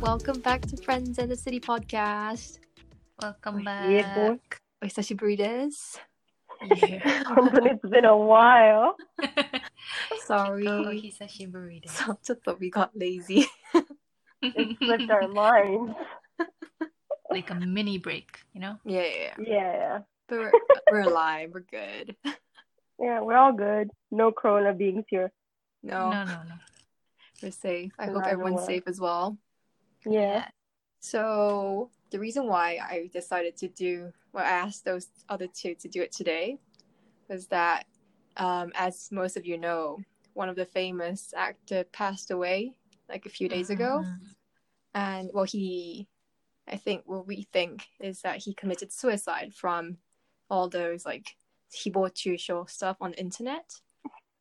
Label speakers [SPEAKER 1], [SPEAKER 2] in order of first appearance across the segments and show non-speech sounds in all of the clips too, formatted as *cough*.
[SPEAKER 1] Welcome back to Friends and the City podcast.
[SPEAKER 2] Welcome
[SPEAKER 3] いえこ
[SPEAKER 2] back.
[SPEAKER 3] う
[SPEAKER 1] お久しぶりです。
[SPEAKER 2] Yeah.
[SPEAKER 3] 本当に *laughs* It's been a while.
[SPEAKER 2] お
[SPEAKER 1] *laughs* Sorry.
[SPEAKER 2] 久しぶりです。
[SPEAKER 1] そう、ちょっと we got lazy.
[SPEAKER 3] It slipped
[SPEAKER 2] *laughs*
[SPEAKER 3] our minds.
[SPEAKER 2] like a mini break, you know?
[SPEAKER 1] Yeah, yeah, yeah.
[SPEAKER 3] Yeah.
[SPEAKER 1] But we're, we're alive. We're good.
[SPEAKER 3] Yeah, we're all good. No corona beings here.
[SPEAKER 1] No,
[SPEAKER 2] No, no, no.
[SPEAKER 1] we're safe. I
[SPEAKER 3] We're
[SPEAKER 1] hope
[SPEAKER 3] not in the
[SPEAKER 1] everyone's
[SPEAKER 3] world.
[SPEAKER 1] safe as well.
[SPEAKER 3] Yeah.
[SPEAKER 1] So, the reason why I decided to do, well, I asked those other two to do it today was that, um, as most of you know, one of the famous actor passed away like a few days ago.
[SPEAKER 2] Ah.
[SPEAKER 1] and what he i think what we think is that he committed suicide from all those like hibochusho stuff on the internet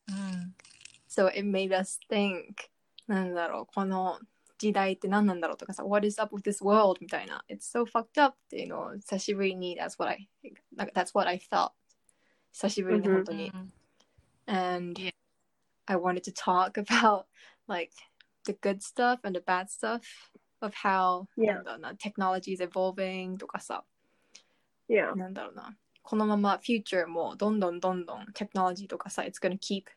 [SPEAKER 2] うん。
[SPEAKER 1] so it made us think なんだろうこの時代って何なんだろうとかさ What is up with this world みたいな It's so fucked up っていうのを久しぶりに That's what I like, That's what I felt 久しぶりに
[SPEAKER 3] Mhm.
[SPEAKER 1] 本当
[SPEAKER 2] う
[SPEAKER 1] に、
[SPEAKER 2] ん
[SPEAKER 1] and
[SPEAKER 2] Yeah.
[SPEAKER 1] I wanted to talk *laughs* about like the good stuff and the bad stuff of how
[SPEAKER 3] Yeah.
[SPEAKER 1] なんだろうな technology is evolving とかさ
[SPEAKER 3] Yeah.
[SPEAKER 1] なんだろうなこのまま future もどんどんどんどん technology とかさ it's gonna keep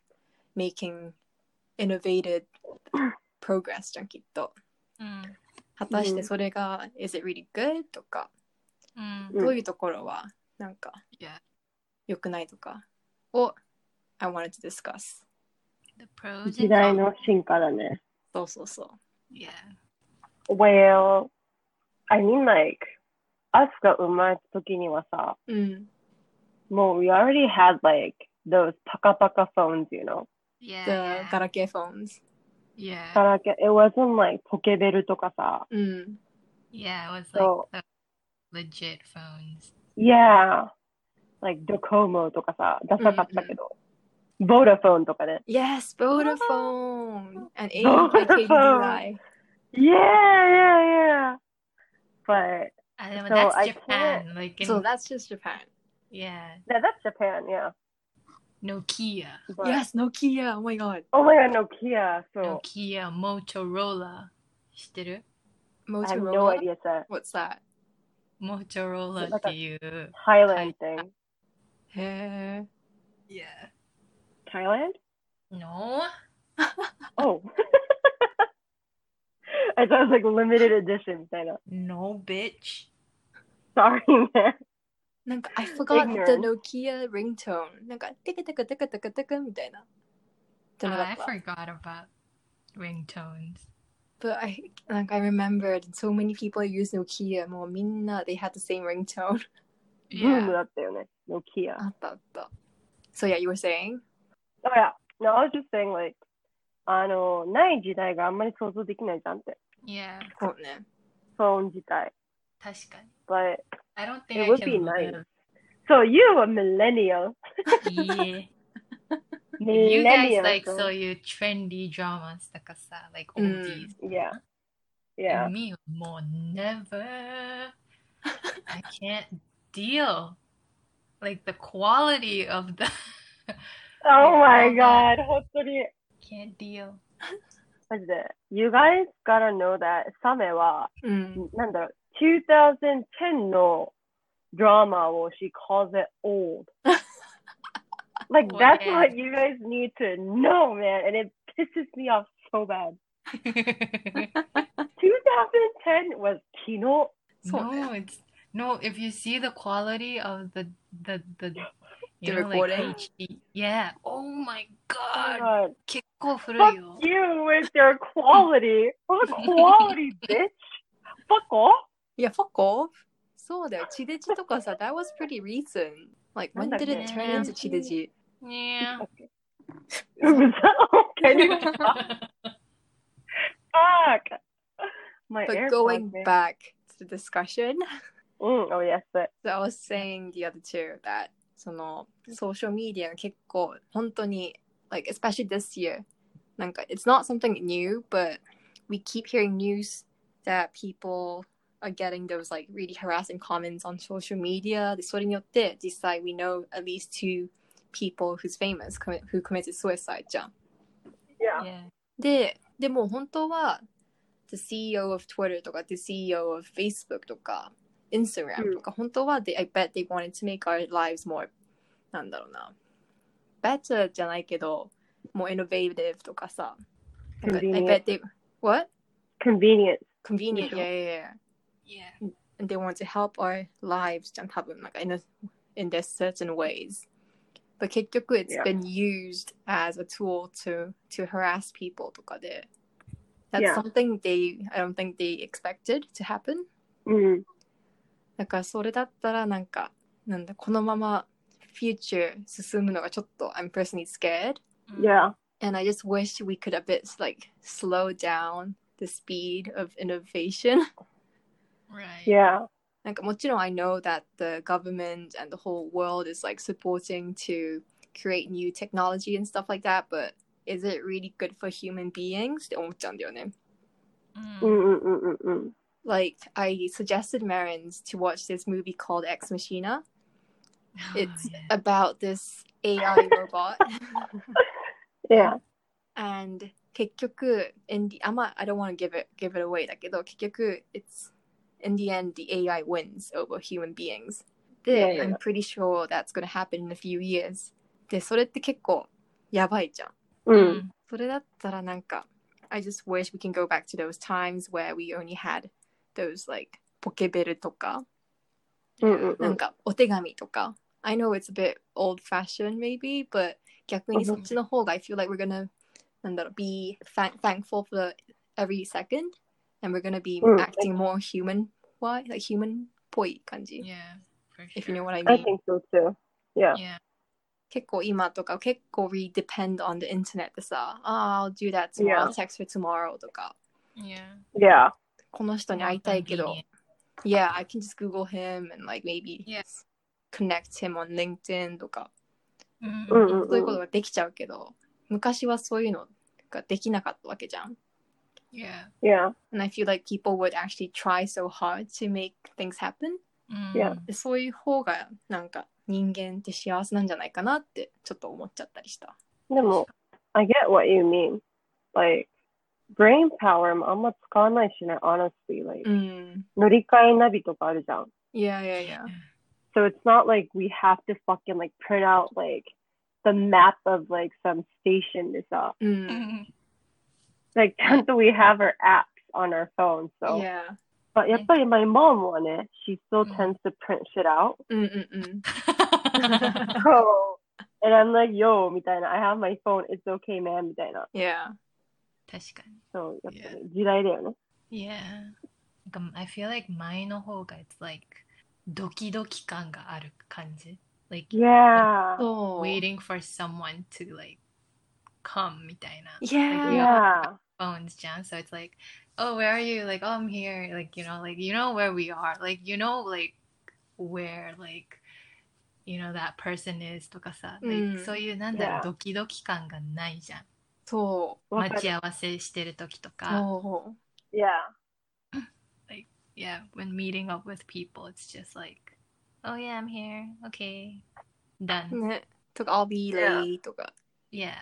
[SPEAKER 1] making innovative progress じゃんきっと
[SPEAKER 2] うん。
[SPEAKER 1] 果たし
[SPEAKER 3] う
[SPEAKER 1] て
[SPEAKER 3] ん
[SPEAKER 1] それが、is it really good とか
[SPEAKER 2] うん。
[SPEAKER 3] うん
[SPEAKER 1] どういうところはなんか
[SPEAKER 2] mm. Yeah.
[SPEAKER 1] 良くないとかを I wanted to discuss
[SPEAKER 2] The pros
[SPEAKER 3] 時代の進化だね。
[SPEAKER 1] そうそうそう
[SPEAKER 2] Yeah.
[SPEAKER 3] Well, I mean like, us が生まれた時にはさ、
[SPEAKER 1] うん、
[SPEAKER 3] もう we already had like those パカパカ phones, you know?
[SPEAKER 1] the
[SPEAKER 2] Yeah. yeah.
[SPEAKER 1] ガラケー phones
[SPEAKER 2] Yeah.
[SPEAKER 3] ガラケー It wasn't like ポケベルとかさ。
[SPEAKER 1] うん
[SPEAKER 2] Yeah, it was like
[SPEAKER 3] So-
[SPEAKER 2] the legit phones.
[SPEAKER 3] Yeah. Like Docomo とかさ、ダサかったけど。ボーダフォンとかね。
[SPEAKER 1] Yes,
[SPEAKER 3] Ah。
[SPEAKER 1] Vodafone
[SPEAKER 3] *laughs*
[SPEAKER 1] and
[SPEAKER 3] Vodafone.
[SPEAKER 1] AKDI.
[SPEAKER 3] Yeah, yeah, yeah. But
[SPEAKER 2] あ、でも、
[SPEAKER 3] So
[SPEAKER 2] that's
[SPEAKER 3] I
[SPEAKER 2] Japan. Like, in,
[SPEAKER 1] So that's just Japan.
[SPEAKER 2] yeah.
[SPEAKER 3] yeah, that's Japan, yeah.
[SPEAKER 2] Nokia.
[SPEAKER 3] But,
[SPEAKER 1] Yes, Nokia. Oh my god.
[SPEAKER 3] Oh my god, Nokia. So
[SPEAKER 2] Nokia Motorola. 知ってる
[SPEAKER 3] I have no
[SPEAKER 1] Motorola.
[SPEAKER 3] idea it's a
[SPEAKER 1] What's that?
[SPEAKER 2] Motorola っていう。
[SPEAKER 3] Thailand thing.
[SPEAKER 1] Hair.
[SPEAKER 2] Yeah.
[SPEAKER 3] Thailand?
[SPEAKER 2] No?
[SPEAKER 3] Oh. *laughs* I thought it was like limited edition. I know.
[SPEAKER 2] No, bitch.
[SPEAKER 3] Sorry, *laughs* man.
[SPEAKER 1] Like, I forgot the
[SPEAKER 3] Ignorant.
[SPEAKER 1] Nokia ringtone. Like, ticka ticka ticka ticka ticka みたいな。じゃな
[SPEAKER 2] I
[SPEAKER 1] かった。
[SPEAKER 2] forgot about ringtones.
[SPEAKER 1] But I like I remembered so many people use Nokia. もうみんな they had the same ringtone.
[SPEAKER 3] Boom
[SPEAKER 2] Yeah.
[SPEAKER 3] up there, man. Nokia.
[SPEAKER 1] あったあった。So yeah, you were saying?
[SPEAKER 3] Oh yeah. No, I was just saying like あの、ない時代があんまり想像できないじゃんって。
[SPEAKER 2] Yeah.
[SPEAKER 1] そうね。
[SPEAKER 3] フォン自体。
[SPEAKER 2] 確かに。
[SPEAKER 3] But,
[SPEAKER 2] I don't think
[SPEAKER 3] It
[SPEAKER 2] I
[SPEAKER 3] would
[SPEAKER 2] can
[SPEAKER 3] be
[SPEAKER 2] live.
[SPEAKER 3] so you a millennial.
[SPEAKER 2] Yeah.
[SPEAKER 3] millennial.
[SPEAKER 2] you guys like
[SPEAKER 3] so-
[SPEAKER 2] so you trendy dramas とかさ、like
[SPEAKER 1] Mm.
[SPEAKER 2] oldies.
[SPEAKER 3] Yeah. Yeah.
[SPEAKER 2] And me more never. I can't deal. Like the quality of the *laughs*
[SPEAKER 3] Oh my
[SPEAKER 2] Yeah.
[SPEAKER 3] god. 本当に。
[SPEAKER 2] can't deal.
[SPEAKER 3] マジで。You guys gotta know that サメは、
[SPEAKER 1] うん。
[SPEAKER 3] なんだろう、2010のドラマを she calls it
[SPEAKER 2] *laughs*
[SPEAKER 3] old. like, that's
[SPEAKER 2] Yeah.
[SPEAKER 3] what you guys need to know, man. And it pisses me off so bad. 2010 was 昨日。
[SPEAKER 1] そう
[SPEAKER 2] no,
[SPEAKER 1] ね。
[SPEAKER 2] it's no. If you see the quality of the the the, you
[SPEAKER 1] The
[SPEAKER 2] know,
[SPEAKER 1] recording?
[SPEAKER 2] like HD, yeah. Oh my god,
[SPEAKER 3] Oh God.
[SPEAKER 2] 結構古い
[SPEAKER 3] Fuck
[SPEAKER 2] よ。
[SPEAKER 3] you with your quality. What quality, bitch? Fuck off.
[SPEAKER 1] いや、fuck off! そうだよ。地デジとかさ、that was pretty recent. Like,
[SPEAKER 3] なん
[SPEAKER 1] when
[SPEAKER 3] だっ
[SPEAKER 1] did
[SPEAKER 3] け
[SPEAKER 1] it turn into 地デジ
[SPEAKER 3] *laughs*
[SPEAKER 2] Yeah.
[SPEAKER 3] うざ
[SPEAKER 1] *laughs*
[SPEAKER 3] okay. Fuck. My
[SPEAKER 1] But
[SPEAKER 3] AirPods,
[SPEAKER 1] going
[SPEAKER 3] man.
[SPEAKER 1] back to the discussion,
[SPEAKER 3] Mm, oh, yes, but
[SPEAKER 1] so I was saying the other two that その、ソーシャルメディアが結構、本当に、like, especially this year, なんか、it's not something new, but we keep hearing news that people are getting those, like, really harassing comments on social media. で、それによって、実際、we know at least two people who's famous commi- who committed suicide じゃん。
[SPEAKER 3] yeah.
[SPEAKER 2] yeah.
[SPEAKER 1] で、でも本当は、 the CEO of Twitter とか the CEO of Facebook とか Instagram とか、本当は they, I bet they wanted to make our lives more なんだろうな better じゃないけど more innovative とかさなんか I
[SPEAKER 3] Convenient.
[SPEAKER 1] bet they what?
[SPEAKER 3] Convenience.
[SPEAKER 1] convenient
[SPEAKER 2] Yeah.
[SPEAKER 1] yeah yeah yeah
[SPEAKER 2] Yeah.
[SPEAKER 1] and they want to help our lives じゃん多分なんか in, a, in their certain ways but 結局 it's
[SPEAKER 3] Yeah.
[SPEAKER 1] been used as a tool to to harass people とかで that's
[SPEAKER 3] Yeah.
[SPEAKER 1] something they I don't think they expected to happen
[SPEAKER 3] うん。
[SPEAKER 1] だからそれだったらなんかなんだこのまま future 進むのがちょっと I'm personally scared
[SPEAKER 2] Mm.
[SPEAKER 3] Yeah.
[SPEAKER 1] and I just wish we could a bit like slow down the speed of innovation
[SPEAKER 2] Right.
[SPEAKER 3] Yeah.
[SPEAKER 1] なんかもちろん I know that the government and the whole world is like supporting to create new technology and stuff like that, but is it really good for human beings? って思っちゃうんだよね。
[SPEAKER 2] Mm. *laughs*
[SPEAKER 3] うんうんうんうんうん。
[SPEAKER 1] Like I suggested Marins to watch this movie called Ex Machina.
[SPEAKER 2] Oh,
[SPEAKER 1] It's
[SPEAKER 2] yeah.
[SPEAKER 1] about this AI robot. *laughs*
[SPEAKER 3] Yeah.
[SPEAKER 1] and 結局 in the, I'm not, I don't want to give it give it away だけど結局 it's in the end the AI wins over human beings で、
[SPEAKER 3] Yeah, yeah, yeah.
[SPEAKER 1] I'm pretty sure that's gonna happen in a few years でそれって結構やばいじゃん
[SPEAKER 3] うん。
[SPEAKER 1] それだったらなんか I just wish we can go back to those times where we only had those like ポケベルとか
[SPEAKER 3] うんうんう
[SPEAKER 1] なん
[SPEAKER 3] ん。
[SPEAKER 1] かお手紙とか。I know it's a bit old fashioned maybe, but 逆にそっちの方が I feel like we're gonna なんだろう be thank thankful for every second and we're gonna be
[SPEAKER 3] うん
[SPEAKER 1] acting more human why like human っぽい感じ。
[SPEAKER 2] Yeah. For sure.
[SPEAKER 1] If you know what I
[SPEAKER 3] I
[SPEAKER 1] mean.
[SPEAKER 3] think so too. Yeah.
[SPEAKER 2] Yeah.
[SPEAKER 1] 結構今とか結構 we depend on the internet でさ、ah I'll do that tomorrow,
[SPEAKER 3] Yeah.
[SPEAKER 1] text her tomorrow とか。
[SPEAKER 2] Yeah.
[SPEAKER 3] Yeah.
[SPEAKER 1] この人に会いたいけど。
[SPEAKER 2] Convenient.
[SPEAKER 1] Yeah, I can just Google him and like maybe
[SPEAKER 2] Yes.
[SPEAKER 1] connect him on LinkedIn とか。
[SPEAKER 2] Mm.
[SPEAKER 3] うんうん
[SPEAKER 1] そういうこ
[SPEAKER 3] う
[SPEAKER 1] と
[SPEAKER 3] ん。
[SPEAKER 1] ができちゃうけど、昔はそういうのができなかったわけじゃん。
[SPEAKER 2] Yeah.
[SPEAKER 3] Yeah.
[SPEAKER 1] And I feel like people would actually try so hard to make things happen.
[SPEAKER 2] Mm.
[SPEAKER 3] Yeah.
[SPEAKER 1] でそういう方がなんか人間って幸せなんじゃないかなってちょっと思っちゃったりした。
[SPEAKER 3] でも、I get what you mean. Like, brain power もあんま使わないしね、honestly. Like,
[SPEAKER 1] うん。
[SPEAKER 3] 乗り換えナビとかあるじゃん。
[SPEAKER 1] いやいやいや。
[SPEAKER 3] So it's not like we have to fucking like print out like the map of like some station to sell.
[SPEAKER 1] うん。
[SPEAKER 2] *laughs* Mm.
[SPEAKER 3] Like *laughs* so we have our apps on our phone. So
[SPEAKER 1] いや。
[SPEAKER 3] but yeah, but my mom won it. She still
[SPEAKER 2] Mhm.
[SPEAKER 3] tends to print shit out.
[SPEAKER 1] うんうんうん。
[SPEAKER 3] So and I'm like, yo, みたいな, I have my phone, it's okay, man, みたいな.
[SPEAKER 1] いや。
[SPEAKER 2] 確かに。
[SPEAKER 3] So
[SPEAKER 2] Yeah.
[SPEAKER 3] 時代だよね。
[SPEAKER 2] Yeah. Like, I feel like 前の方が it's like ドキドキ感がある感じ。Like
[SPEAKER 3] Yeah.
[SPEAKER 1] そう。い
[SPEAKER 2] waiting for someone to like come みたいな。
[SPEAKER 1] や。
[SPEAKER 3] Yeah.
[SPEAKER 2] phones, Jan. So it's like, oh, where are you? Like, oh, I'm here. Like, you know, like you know where we are. Like, you know, like where, like, you know, that person is. とかさ、
[SPEAKER 1] うん
[SPEAKER 2] like そういうなんだろ
[SPEAKER 3] Mm. Yeah.
[SPEAKER 2] う、ドキドキ感がないじゃん。
[SPEAKER 1] そ
[SPEAKER 3] わかる。
[SPEAKER 2] 待ち合わせしてる時と
[SPEAKER 1] う。
[SPEAKER 3] Oh.
[SPEAKER 2] か、
[SPEAKER 1] そ
[SPEAKER 3] Yeah.
[SPEAKER 2] yeah, when meeting up with people, it's just like, oh yeah, I'm here. Okay,
[SPEAKER 1] う。
[SPEAKER 2] done.
[SPEAKER 1] ね。とか、I'll be late とか。
[SPEAKER 2] Yeah.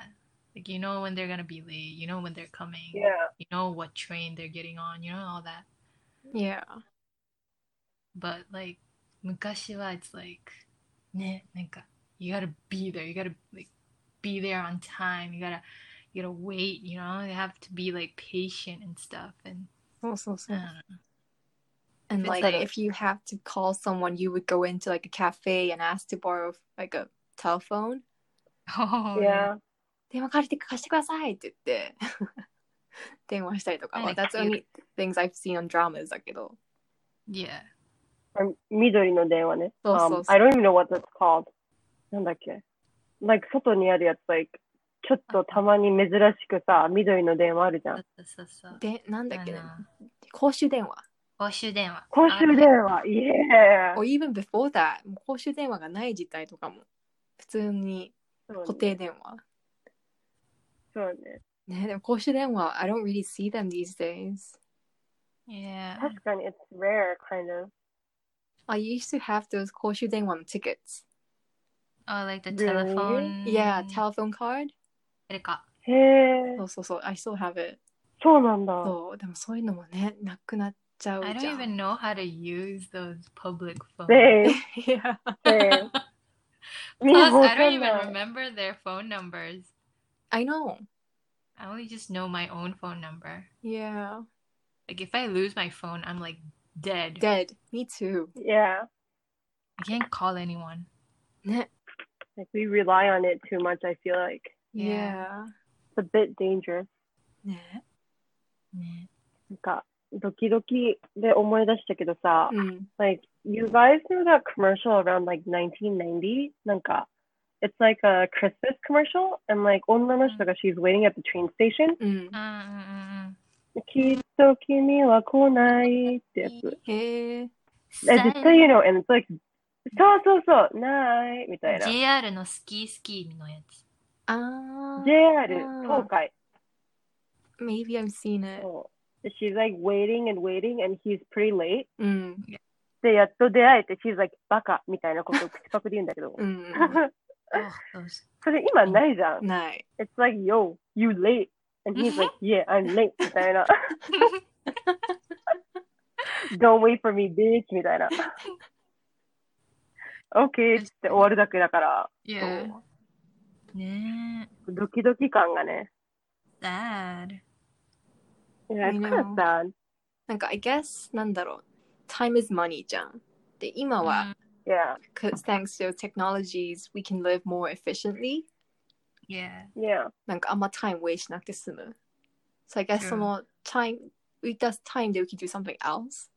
[SPEAKER 2] Like you know when they're gonna be late, you know when they're coming,
[SPEAKER 3] Yeah.
[SPEAKER 2] you know what train they're getting on, you know all that.
[SPEAKER 1] y e
[SPEAKER 2] But like 昔は it's like ね、なんか you gotta be there, you gotta like be there on time, you gotta you gotta wait, you know, you have to be like patient and stuff and
[SPEAKER 1] そうそう
[SPEAKER 2] I
[SPEAKER 1] そう
[SPEAKER 2] don't。know.
[SPEAKER 1] And
[SPEAKER 2] It's
[SPEAKER 1] like,
[SPEAKER 2] like-
[SPEAKER 1] if you have to call someone, you would go into like a cafe and ask to borrow like a telephone.
[SPEAKER 2] *laughs* Oh,
[SPEAKER 3] Yeah.
[SPEAKER 1] 電話借りて貸してくださいって言 *laughs* って電話したりとか。
[SPEAKER 2] は
[SPEAKER 1] Well,
[SPEAKER 2] い
[SPEAKER 1] that's only things I've seen on dramas だけど。
[SPEAKER 2] yeah.
[SPEAKER 3] Or 緑の電話ね。
[SPEAKER 1] そうそうそう。
[SPEAKER 3] Um, I don't even know what that's called. なんだっけ Like 外にあるやつ like ちょっとたまに珍しくさ、緑の電話あるじゃん。
[SPEAKER 2] そうそうそう。
[SPEAKER 1] で、なんだっけね
[SPEAKER 2] あ。の
[SPEAKER 1] 公衆電話。
[SPEAKER 2] 公衆電話。
[SPEAKER 3] 公衆電話 Yeah!
[SPEAKER 1] Or even before that, もう公衆電話がない時代とかも。普通に固定電 *laughs* 話。
[SPEAKER 3] そうね。そうね。確かに
[SPEAKER 1] ね、でも公衆電話、I don't really see them these days.
[SPEAKER 2] Yeah.
[SPEAKER 3] it's rare, kind of.
[SPEAKER 1] I used to have those 公衆電話の tickets.
[SPEAKER 2] Oh, like the
[SPEAKER 3] Really?
[SPEAKER 2] telephone.
[SPEAKER 1] Yeah, telephone card.
[SPEAKER 2] あれか。
[SPEAKER 3] へえ。
[SPEAKER 1] そうそうそう、I still have it.
[SPEAKER 3] そうなんだ。
[SPEAKER 1] そうでもそういうのもねなくなっちゃう
[SPEAKER 2] I don't
[SPEAKER 1] じゃん
[SPEAKER 2] even know how to use those public phones.
[SPEAKER 3] で、
[SPEAKER 1] *laughs* Yeah.
[SPEAKER 3] で、みんな
[SPEAKER 2] Plus,
[SPEAKER 3] わ
[SPEAKER 2] I
[SPEAKER 3] か
[SPEAKER 2] don't
[SPEAKER 3] ん
[SPEAKER 2] even
[SPEAKER 3] ない。
[SPEAKER 2] remember their phone numbers.
[SPEAKER 1] I know
[SPEAKER 2] I only just know my own phone number.
[SPEAKER 1] yeah
[SPEAKER 2] Like if I lose my phone, I'm like dead.
[SPEAKER 1] dead me too
[SPEAKER 3] Yeah,
[SPEAKER 2] I can't call anyone.
[SPEAKER 1] ね
[SPEAKER 3] like we rely on it too much, I feel like.
[SPEAKER 1] yeah
[SPEAKER 3] It's a bit dangerous.
[SPEAKER 1] ね
[SPEAKER 2] ね
[SPEAKER 3] なんか、ドキドキで思い出したけどさ、
[SPEAKER 1] うん
[SPEAKER 3] like, you guys know that commercial around like 1990? なんか、it's uh, like a Christmas commercial, and like, 女の人が she's waiting at the train station.
[SPEAKER 1] うん
[SPEAKER 2] うんうん
[SPEAKER 3] きっと君は来ないってやつ。
[SPEAKER 1] へえ
[SPEAKER 2] うん
[SPEAKER 3] え、絶対言うの、and it's like, そうそうそう、ないみたいな。
[SPEAKER 2] JR のスキースキーのやつ。
[SPEAKER 1] あー
[SPEAKER 3] JR
[SPEAKER 1] うん
[SPEAKER 3] 東海。
[SPEAKER 1] maybe I'm seeing it
[SPEAKER 3] そう Oh. She's like waiting and waiting and he's pretty late. uh,
[SPEAKER 1] うん
[SPEAKER 3] で、やっと出会えて、she's like バカみたいなことを口パクで言うんだ
[SPEAKER 1] *laughs*
[SPEAKER 3] けど
[SPEAKER 1] う。ん
[SPEAKER 2] Oh, those.
[SPEAKER 3] *laughs* それ今ないじゃん。
[SPEAKER 1] ない
[SPEAKER 3] It's like, yo, you late. And
[SPEAKER 1] *laughs*
[SPEAKER 3] he's like, yeah, I'm late みたいな。Don't wait for me, bitch み *laughs* たいな。OK って終わるだけだから、
[SPEAKER 2] yeah.
[SPEAKER 1] そう
[SPEAKER 2] ねえ。
[SPEAKER 3] ドキドキ感がね。
[SPEAKER 2] Sad.
[SPEAKER 3] いや、
[SPEAKER 1] I
[SPEAKER 3] い
[SPEAKER 1] know.
[SPEAKER 3] くらさ、
[SPEAKER 1] なんか I guess なんだろう time is money じゃんで今は、
[SPEAKER 2] Mm,
[SPEAKER 3] いや、
[SPEAKER 1] 'cause thanks to technologies we can live more efficiently
[SPEAKER 2] Yeah.
[SPEAKER 3] いや、
[SPEAKER 1] なんかあんま time waste しなくて済む so I guess、
[SPEAKER 2] Yeah.
[SPEAKER 1] その time with us time で we can do something else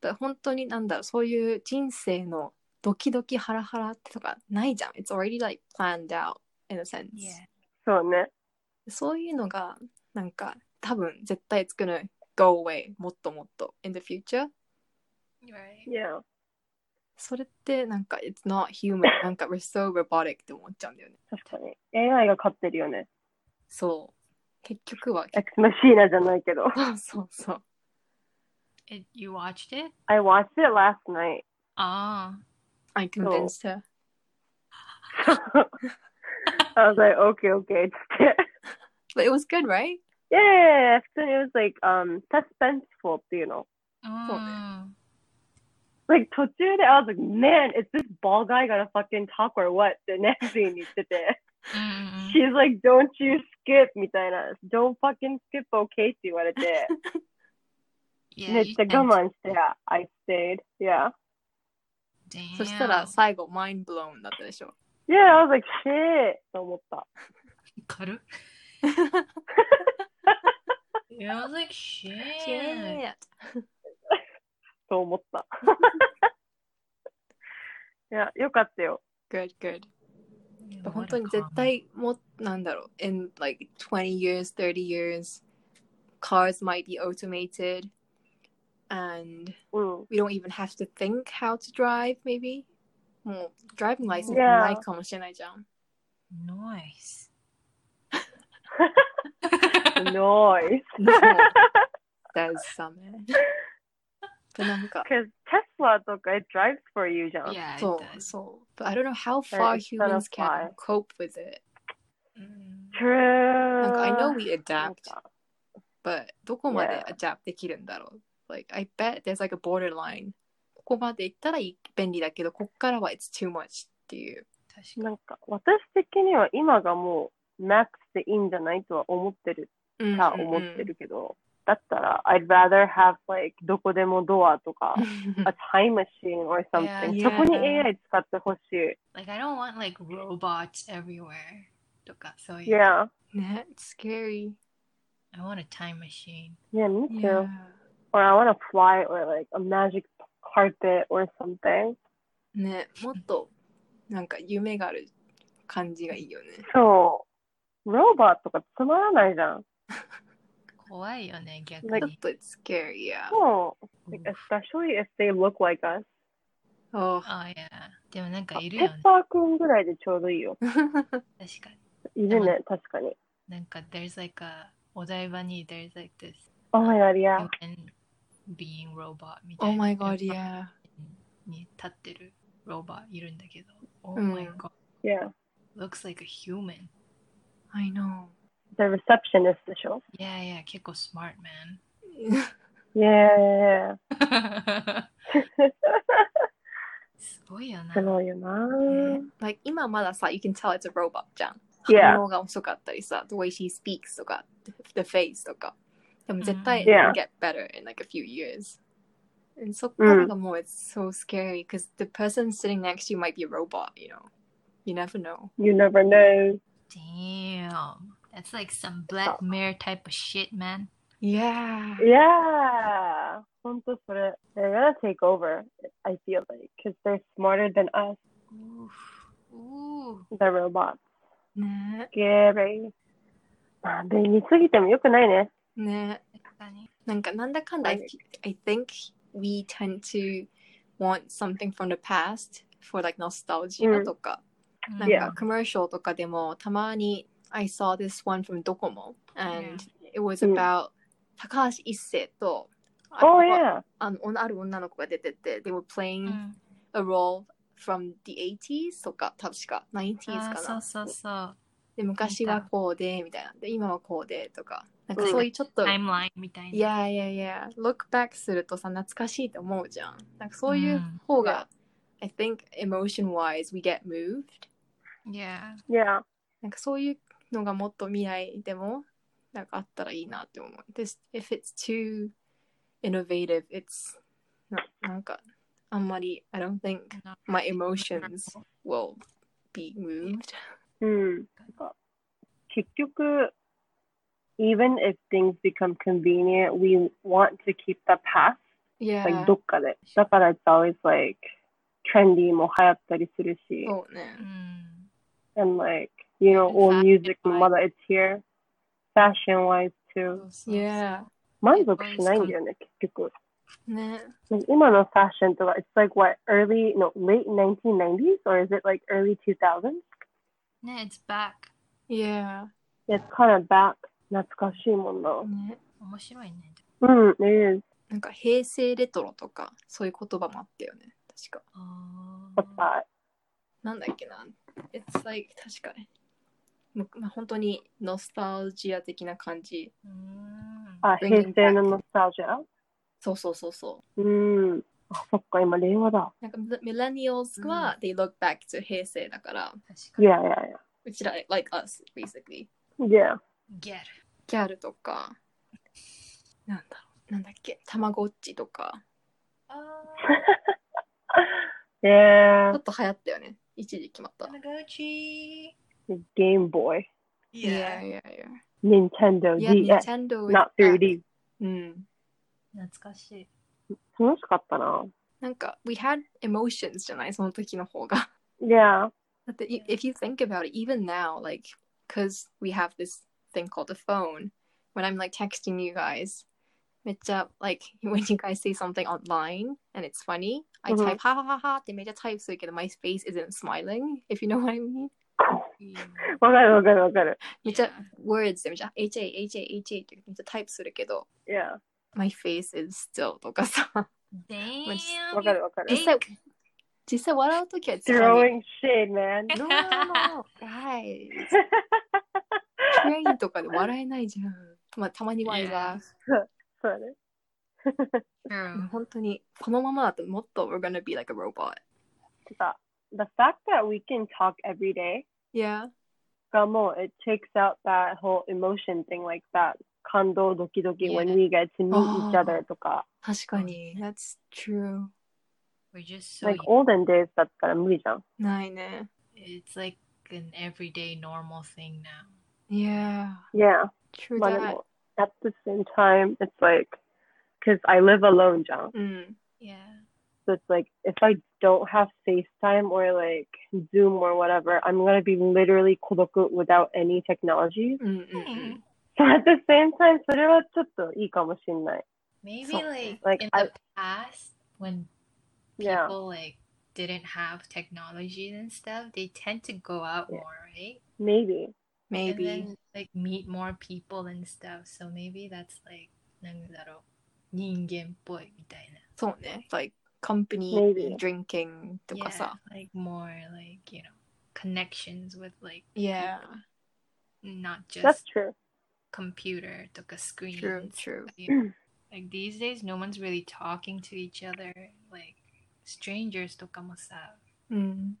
[SPEAKER 1] だから本当になんだろうそういう人生のドキドキハラハラってとかないじゃん it's already like planned out in a sense、
[SPEAKER 2] Yeah.
[SPEAKER 3] そうね。
[SPEAKER 1] そういうのがなんか多分絶対 it's gonna go away もっともっと in the future
[SPEAKER 2] Right.
[SPEAKER 3] いや、
[SPEAKER 1] それってなんか it's not human なんか we're so robotic って思っちゃうんだよね
[SPEAKER 3] 確かに。AI が勝ってるよね。
[SPEAKER 1] そう結局は
[SPEAKER 3] エクスマシーナじゃないけど。
[SPEAKER 1] そうそうそう
[SPEAKER 2] It, you watched it? Ah.
[SPEAKER 3] I watched it last night. *laughs*
[SPEAKER 2] あ
[SPEAKER 1] I convinced her
[SPEAKER 3] I was like, okay, okay. *laughs* っつって。
[SPEAKER 1] but it was good right
[SPEAKER 3] Yeah, 普通に it was like, um, suspenseful っていうの。
[SPEAKER 2] あ。
[SPEAKER 1] そうね
[SPEAKER 2] ん。
[SPEAKER 3] Like, 途中で I was like, man, is this ball guy gonna fucking talk or what? ってネッシーに言ってて。
[SPEAKER 2] mm, うんうん
[SPEAKER 3] She's like, don't you skip みたいな。Don't fucking skip, okay って言われて。
[SPEAKER 2] Yeah,
[SPEAKER 3] めっ
[SPEAKER 2] you
[SPEAKER 3] ちゃ
[SPEAKER 2] can't.
[SPEAKER 3] 我慢して、I stayed. Yeah.
[SPEAKER 2] Damn.
[SPEAKER 1] そしたら最後 mind blown だったでしょ
[SPEAKER 3] Yeah, I was like, shit! と思った。
[SPEAKER 2] 軽っ Yeah, I was like, shit.
[SPEAKER 1] Shit
[SPEAKER 3] と思った。 *laughs* いや、よかったよ。
[SPEAKER 1] good good
[SPEAKER 2] Yeah,
[SPEAKER 1] 本当に絶
[SPEAKER 2] what a
[SPEAKER 1] 対もなんだろう in like 20 years 30 years cars might be automated and
[SPEAKER 3] うん。
[SPEAKER 1] we don't even have to think how to drive maybe もう driving license
[SPEAKER 3] Yeah.
[SPEAKER 1] ないかもしれないじゃん
[SPEAKER 2] comment. Nice.
[SPEAKER 3] Mm, ノイ *laughs*
[SPEAKER 1] No, that is something. でなんか、
[SPEAKER 3] Because Tesla とか it drives for you じゃん。
[SPEAKER 2] yeah, it
[SPEAKER 1] そう、
[SPEAKER 2] does.
[SPEAKER 1] そう。But I don't know how
[SPEAKER 3] Yeah,
[SPEAKER 1] far
[SPEAKER 3] it's gonna
[SPEAKER 1] humans can
[SPEAKER 3] fly.
[SPEAKER 1] cope with it.
[SPEAKER 2] Mm.
[SPEAKER 3] True.
[SPEAKER 1] なんか、I know we adapt,
[SPEAKER 3] そうか
[SPEAKER 1] but どこまで
[SPEAKER 3] Yeah.
[SPEAKER 1] adapt できるんだろう Like, I bet there's like a borderline. ここまで行ったら便利だけど、こっからは it's too much っていう。
[SPEAKER 2] 確か
[SPEAKER 3] な
[SPEAKER 2] に。
[SPEAKER 3] んか私的には今がもう MAX でいいんじゃないとは思ってる
[SPEAKER 1] うん
[SPEAKER 3] か思ってるけど、だったら I'd rather have like どこでもドアとか
[SPEAKER 1] うんうん
[SPEAKER 3] *laughs* a time machine or something、
[SPEAKER 1] Yeah.
[SPEAKER 3] そこに AI 使ってほし
[SPEAKER 2] Like, I don't want, like, robots everywhere. とか、そう
[SPEAKER 3] い。
[SPEAKER 2] いう。
[SPEAKER 3] Yeah.
[SPEAKER 1] ね、it's scary.
[SPEAKER 2] I want a time machine.
[SPEAKER 3] Yeah, me too.
[SPEAKER 1] Yeah.
[SPEAKER 3] Or I want to fly or like a magic carpet or something.
[SPEAKER 1] ね、もっとなんか夢がある感じがいいよね。
[SPEAKER 3] そう。ロボットとかつまらないじゃん。
[SPEAKER 2] 怖いよね、逆
[SPEAKER 1] ちょっ
[SPEAKER 2] に。
[SPEAKER 1] と it's scary,
[SPEAKER 3] *laughs*
[SPEAKER 1] yeah.
[SPEAKER 3] そう。
[SPEAKER 2] うん
[SPEAKER 3] Especially if they look like us.
[SPEAKER 1] Oh. *laughs*
[SPEAKER 2] ああ、いや。でもなんかいる
[SPEAKER 3] ペ
[SPEAKER 2] よね
[SPEAKER 3] ッ。パーくんぐらいでちょうどいいよ。
[SPEAKER 2] 確かに。
[SPEAKER 3] いるね、確かに。
[SPEAKER 2] なんか、there's like a, お台場に there's like this
[SPEAKER 3] Oh my god, yeah.
[SPEAKER 2] human being robot みたい
[SPEAKER 1] oh
[SPEAKER 2] な。
[SPEAKER 1] my god, yeah.
[SPEAKER 2] に立ってるロバいるんだけど。Oh
[SPEAKER 1] うん
[SPEAKER 2] my god.
[SPEAKER 3] Yeah.
[SPEAKER 2] Looks like a human.
[SPEAKER 3] *laughs*
[SPEAKER 1] I know.
[SPEAKER 3] the receptionist でしょ
[SPEAKER 2] Yeah, yeah, Kiko smart
[SPEAKER 3] *laughs*
[SPEAKER 2] man. *laughs*
[SPEAKER 3] Yeah.
[SPEAKER 2] すごいよな
[SPEAKER 3] す。ごいよな。
[SPEAKER 1] like 今まださ you can tell it's a robot じゃん
[SPEAKER 3] Yeah.
[SPEAKER 1] 反応が遅かったりさ the way she speaks とか the face とかでも絶対
[SPEAKER 3] Mhm. Yeah.
[SPEAKER 1] it'll get better in like a few years and そっからがもう it's so scary because the person sitting next to you might be a robot you know you never know
[SPEAKER 3] You never know.
[SPEAKER 2] Damn. That's like some Black Mirror type of shit, man.
[SPEAKER 1] yeah *laughs*
[SPEAKER 3] Yeah. 本当それ。They're gonna take over, I feel like. Because they're smarter than us,
[SPEAKER 2] Ooh. Ooh.
[SPEAKER 3] the robots.
[SPEAKER 1] ね
[SPEAKER 3] Scary. まあ、便利すぎてもよくないね。
[SPEAKER 1] ねなんかなんだかんだ、
[SPEAKER 3] はい
[SPEAKER 1] I, I think we tend to want something from the past for like nostalgia
[SPEAKER 3] うん
[SPEAKER 1] とか、
[SPEAKER 2] Mm.
[SPEAKER 1] なんか commercial とかでもたまに I saw this one from Docomo and it was
[SPEAKER 3] うん
[SPEAKER 1] about 高橋一生とあ
[SPEAKER 3] Oh, yeah.
[SPEAKER 1] あの女ある女の子が出てて they were playing
[SPEAKER 2] Mm.
[SPEAKER 1] a role from the 80s とか確か 90s
[SPEAKER 2] あ
[SPEAKER 1] か
[SPEAKER 2] そ
[SPEAKER 1] な
[SPEAKER 2] うそうそう。
[SPEAKER 1] で昔はこうでみたいなで今はこうでとかなんかそういうちょっと
[SPEAKER 2] タイムラインみたい
[SPEAKER 1] い
[SPEAKER 2] な。
[SPEAKER 1] やいやいや、look back するとさ、懐かしいと思うじゃん。なんかそういううん方が、I think emotion wise we get moved。
[SPEAKER 2] Yeah.
[SPEAKER 3] Yeah.
[SPEAKER 1] なんかそういうのがもっと未来でも、なんかあったらいいなって思う。This, if it's too innovative, it's ななんかあんまり、I don't think my emotions will be moved。
[SPEAKER 3] うん。結局、even if things become convenient, we want to keep the past, like
[SPEAKER 1] Yeah
[SPEAKER 3] ど。っ
[SPEAKER 1] *laughs*
[SPEAKER 3] かで。だから、it's always like trendy も流行ったりするし、
[SPEAKER 1] そうね
[SPEAKER 2] う。ん。
[SPEAKER 3] and like, you know,
[SPEAKER 2] And
[SPEAKER 3] old music
[SPEAKER 2] fashion-wise.
[SPEAKER 3] もまだ it's here, fashion wise
[SPEAKER 2] そ
[SPEAKER 3] too.
[SPEAKER 2] うそうそう
[SPEAKER 1] Yeah。
[SPEAKER 3] 満足しないんだよね、結局。
[SPEAKER 1] ね。
[SPEAKER 3] Like, 今のファッションとか、it's like what, early, no, late 1990s or is it like early 2000s?
[SPEAKER 2] ね、it's back.
[SPEAKER 1] Yeah。
[SPEAKER 3] It's kind of back. 懐かしいもんな。
[SPEAKER 1] ね。
[SPEAKER 2] 面白いね。
[SPEAKER 1] Mm.
[SPEAKER 3] うん、it is.
[SPEAKER 1] なんか平成レトロとかそういう言葉もあったよね。確か。
[SPEAKER 2] あ
[SPEAKER 3] What's
[SPEAKER 2] ー
[SPEAKER 3] that?
[SPEAKER 1] なんだっけな。It's like 確かに。むまあ、本当にノスタルジア的な感じ。
[SPEAKER 2] うん。
[SPEAKER 3] あ、
[SPEAKER 1] Bringing
[SPEAKER 3] 平成のノスタルジア
[SPEAKER 1] そうそうそうそ
[SPEAKER 3] うん。あ、Mm. Ah, そっか、今、令和だ。
[SPEAKER 1] う。なんかミレニアルズは、they look back to 平成だから、
[SPEAKER 2] 確か
[SPEAKER 3] Yeah,
[SPEAKER 2] に。
[SPEAKER 3] yeah,
[SPEAKER 1] うちら like us basically。
[SPEAKER 3] yeah.
[SPEAKER 2] ゲル。
[SPEAKER 1] ギャルとか、なんだろう。なんだっけ。たまごっちとか。
[SPEAKER 2] あ
[SPEAKER 3] Yeah. yeah.
[SPEAKER 1] ちょっと流行ったよね。一時決まった
[SPEAKER 2] ー、。ナチ
[SPEAKER 3] Game Boy.
[SPEAKER 1] Yeah, yeah, yeah.
[SPEAKER 3] Nintendo
[SPEAKER 1] Yeah,
[SPEAKER 3] DS.
[SPEAKER 1] Nintendo is
[SPEAKER 3] Not
[SPEAKER 1] back.
[SPEAKER 3] 3D.
[SPEAKER 1] うん。
[SPEAKER 2] 懐かしい。
[SPEAKER 3] 楽しかったな。
[SPEAKER 1] なんか、we had emotions じゃないその時の方が。
[SPEAKER 3] Yeah.
[SPEAKER 1] But the, i- if you think about it, even now, like, because we have this thing called a phone, when I'm like texting you guys, it's uh, like when you guys say something online and it's funny, I
[SPEAKER 3] Mhm.
[SPEAKER 1] type ha ha ha ha, they made a type so again, my face isn't smiling, if you know what I mean.
[SPEAKER 2] いい
[SPEAKER 3] わかるわかるわかる。
[SPEAKER 1] It's uh, words, it's uh, H A H A H A, it's a type so again,
[SPEAKER 3] Yeah.
[SPEAKER 1] my face is still とかさ。
[SPEAKER 2] Damn.
[SPEAKER 3] わかるわかる。
[SPEAKER 1] 実際、実際笑うときは
[SPEAKER 3] Throwing shade, man.
[SPEAKER 1] No, no, no, guys. *laughs* トレインとかで笑えないじゃん。まあ、たまにワイが。
[SPEAKER 3] *laughs* そうだね。 *laughs*
[SPEAKER 2] True.
[SPEAKER 1] 本当にこのままだともっと we're gonna be like a robot。
[SPEAKER 3] The fact that we can talk every day,
[SPEAKER 1] Yeah.
[SPEAKER 3] がもう it takes out that whole emotion thing like that 感動ドキドキ when
[SPEAKER 2] Yeah.
[SPEAKER 3] we get to meet each other とか、
[SPEAKER 1] 確かに。That's true.
[SPEAKER 2] We're just so
[SPEAKER 3] like olden days だったら無理じゃん。
[SPEAKER 1] ないね。
[SPEAKER 2] it's like an everyday normal thing now.
[SPEAKER 1] Yeah.
[SPEAKER 3] Yeah.
[SPEAKER 1] True
[SPEAKER 3] まあで
[SPEAKER 1] that.
[SPEAKER 3] も、at the same time, it's like, because I live alone じゃん。
[SPEAKER 1] うん。
[SPEAKER 2] Yeah.
[SPEAKER 3] So it's like, if I don't have FaceTime or like Zoom or whatever, I'm going to be literally 孤独 without any technology. *laughs*
[SPEAKER 1] うん
[SPEAKER 2] Hmm.
[SPEAKER 1] うん。
[SPEAKER 3] So at the same time, それはちょっといいかもしんない。
[SPEAKER 2] Maybe
[SPEAKER 1] So,
[SPEAKER 2] like,
[SPEAKER 3] like,
[SPEAKER 2] in
[SPEAKER 3] I-
[SPEAKER 2] the past when people
[SPEAKER 3] Yeah.
[SPEAKER 2] like didn't have technology and stuff, they tend to go out
[SPEAKER 3] Yeah.
[SPEAKER 2] more, right?
[SPEAKER 3] Maybe.
[SPEAKER 1] Maybe.
[SPEAKER 2] And then like meet more people and stuff. So maybe that's like なんだろう人間っぽいみたいな。
[SPEAKER 1] そうね。Like company
[SPEAKER 3] Maybe.
[SPEAKER 1] drinking とか
[SPEAKER 2] Yeah,
[SPEAKER 1] さ。
[SPEAKER 2] like more like you know connections with like
[SPEAKER 1] Yeah.
[SPEAKER 2] not just
[SPEAKER 3] That's true.
[SPEAKER 2] computer とか screens
[SPEAKER 1] True, true.
[SPEAKER 2] You- like these days no one's really talking to each other like strangers とかもさ
[SPEAKER 1] Mm.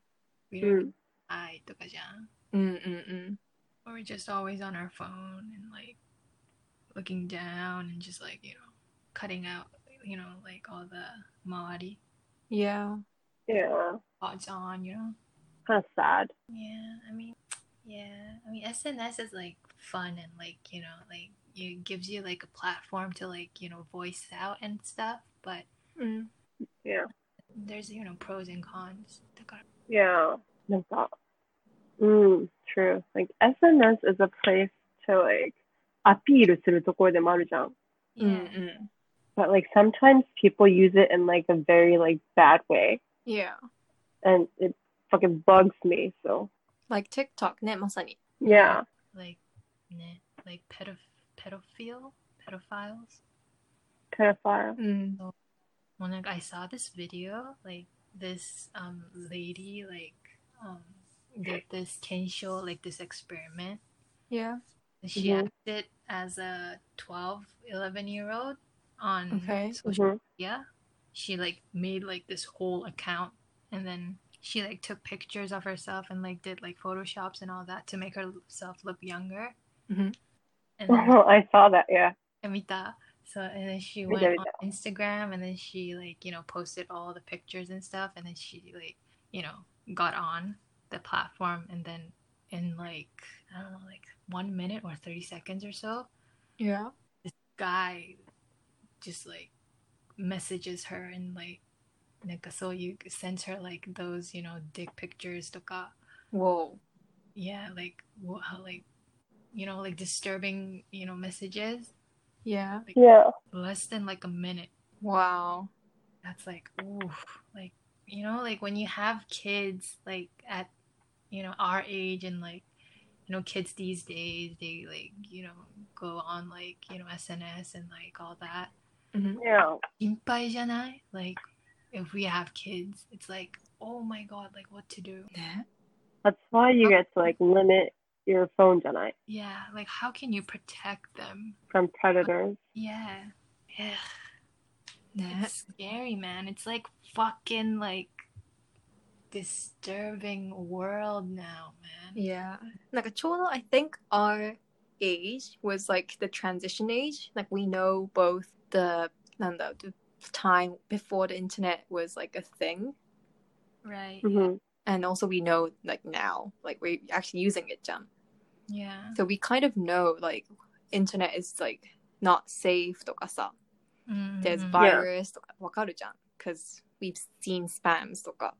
[SPEAKER 2] we
[SPEAKER 3] う
[SPEAKER 2] don't
[SPEAKER 3] ん。
[SPEAKER 2] eye とかじゃん
[SPEAKER 1] Mm, mm, mm.
[SPEAKER 2] we're just always on our phone and like looking down and just like you know cutting out you know like all the 周り
[SPEAKER 1] Yeah.
[SPEAKER 3] Yeah.
[SPEAKER 2] odds on you know
[SPEAKER 3] Kind of sad.
[SPEAKER 2] Yeah, I mean, yeah, I mean, SNS is like fun and like you know, like it gives you like a platform to like you know voice out and stuff. But
[SPEAKER 1] Mm.
[SPEAKER 3] Yeah.
[SPEAKER 2] there's you know pros and cons. だから
[SPEAKER 3] Yeah. なんか、うん、true. Like, SNS is a place to, like, アピールするところでもあるじゃん。
[SPEAKER 2] Yeah,
[SPEAKER 1] Mm, mm.
[SPEAKER 3] But, like, sometimes people use it in, like, a very, like, bad way.
[SPEAKER 1] Yeah.
[SPEAKER 3] And it fucking bugs me, so.
[SPEAKER 1] Like TikTok ね、まさに。
[SPEAKER 3] Yeah.
[SPEAKER 2] like, ne, like pedof pedophile pedophiles.
[SPEAKER 3] Pedophile.
[SPEAKER 1] うん。
[SPEAKER 2] Well, like I saw this video, like this um lady like um did this kensho like this experiment
[SPEAKER 1] Yeah.
[SPEAKER 2] she
[SPEAKER 3] Mhm.
[SPEAKER 2] acted as a 12 11 year old on
[SPEAKER 1] Okay.
[SPEAKER 2] social
[SPEAKER 3] Mhm.
[SPEAKER 2] media she like made like this whole account and then she like took pictures of herself and like did like photoshops and all that to make herself look younger
[SPEAKER 1] Mhm.
[SPEAKER 2] and then
[SPEAKER 3] *laughs* I saw that, yeah.
[SPEAKER 2] Amita. So and then she
[SPEAKER 3] We
[SPEAKER 2] went
[SPEAKER 3] did it
[SPEAKER 2] on Instagram and then she like, you know, posted all the pictures and stuff and then she like, you know, got on the platform and then in like I don't know, like one minute or thirty seconds or so,
[SPEAKER 1] Yeah.
[SPEAKER 2] guy just like messages her and like so you sends her like those, you know, dick pictures とか
[SPEAKER 1] Whoa.
[SPEAKER 2] yeah, like wow, like you know, like disturbing, you know, messages
[SPEAKER 1] Yeah.
[SPEAKER 3] Yeah.
[SPEAKER 2] less than like a minute.
[SPEAKER 1] Wow.
[SPEAKER 2] that's like oof like you know like when you have kids like at you know our age and like you know kids these days they like you know go on like you know SNS and like all that
[SPEAKER 3] Yeah.
[SPEAKER 2] 心配じゃない like if we have kids it's like oh my god like what to do
[SPEAKER 1] ね。
[SPEAKER 3] That's why you get to, like, limit your phone tonight
[SPEAKER 2] yeah like how can you protect them
[SPEAKER 3] from predators.
[SPEAKER 2] yeah yeah
[SPEAKER 1] ね。
[SPEAKER 2] It's scary, man. It's like fucking like disturbing world now, man.
[SPEAKER 1] Yeah. なんかちょうど I think our age was like the transition age. Like we know both the なんだ the time before the internet was like a thing.
[SPEAKER 2] Right.
[SPEAKER 1] Mm-hmm.
[SPEAKER 3] hmm
[SPEAKER 1] And also we know like now, like we're actually using it, じゃん。
[SPEAKER 2] Yeah.
[SPEAKER 1] So we kind of know like internet is like not safe とかさ。There's
[SPEAKER 3] Mm-hmm.
[SPEAKER 2] Mhm.
[SPEAKER 1] virus とかわかるじゃん。Because we've seen spams とか。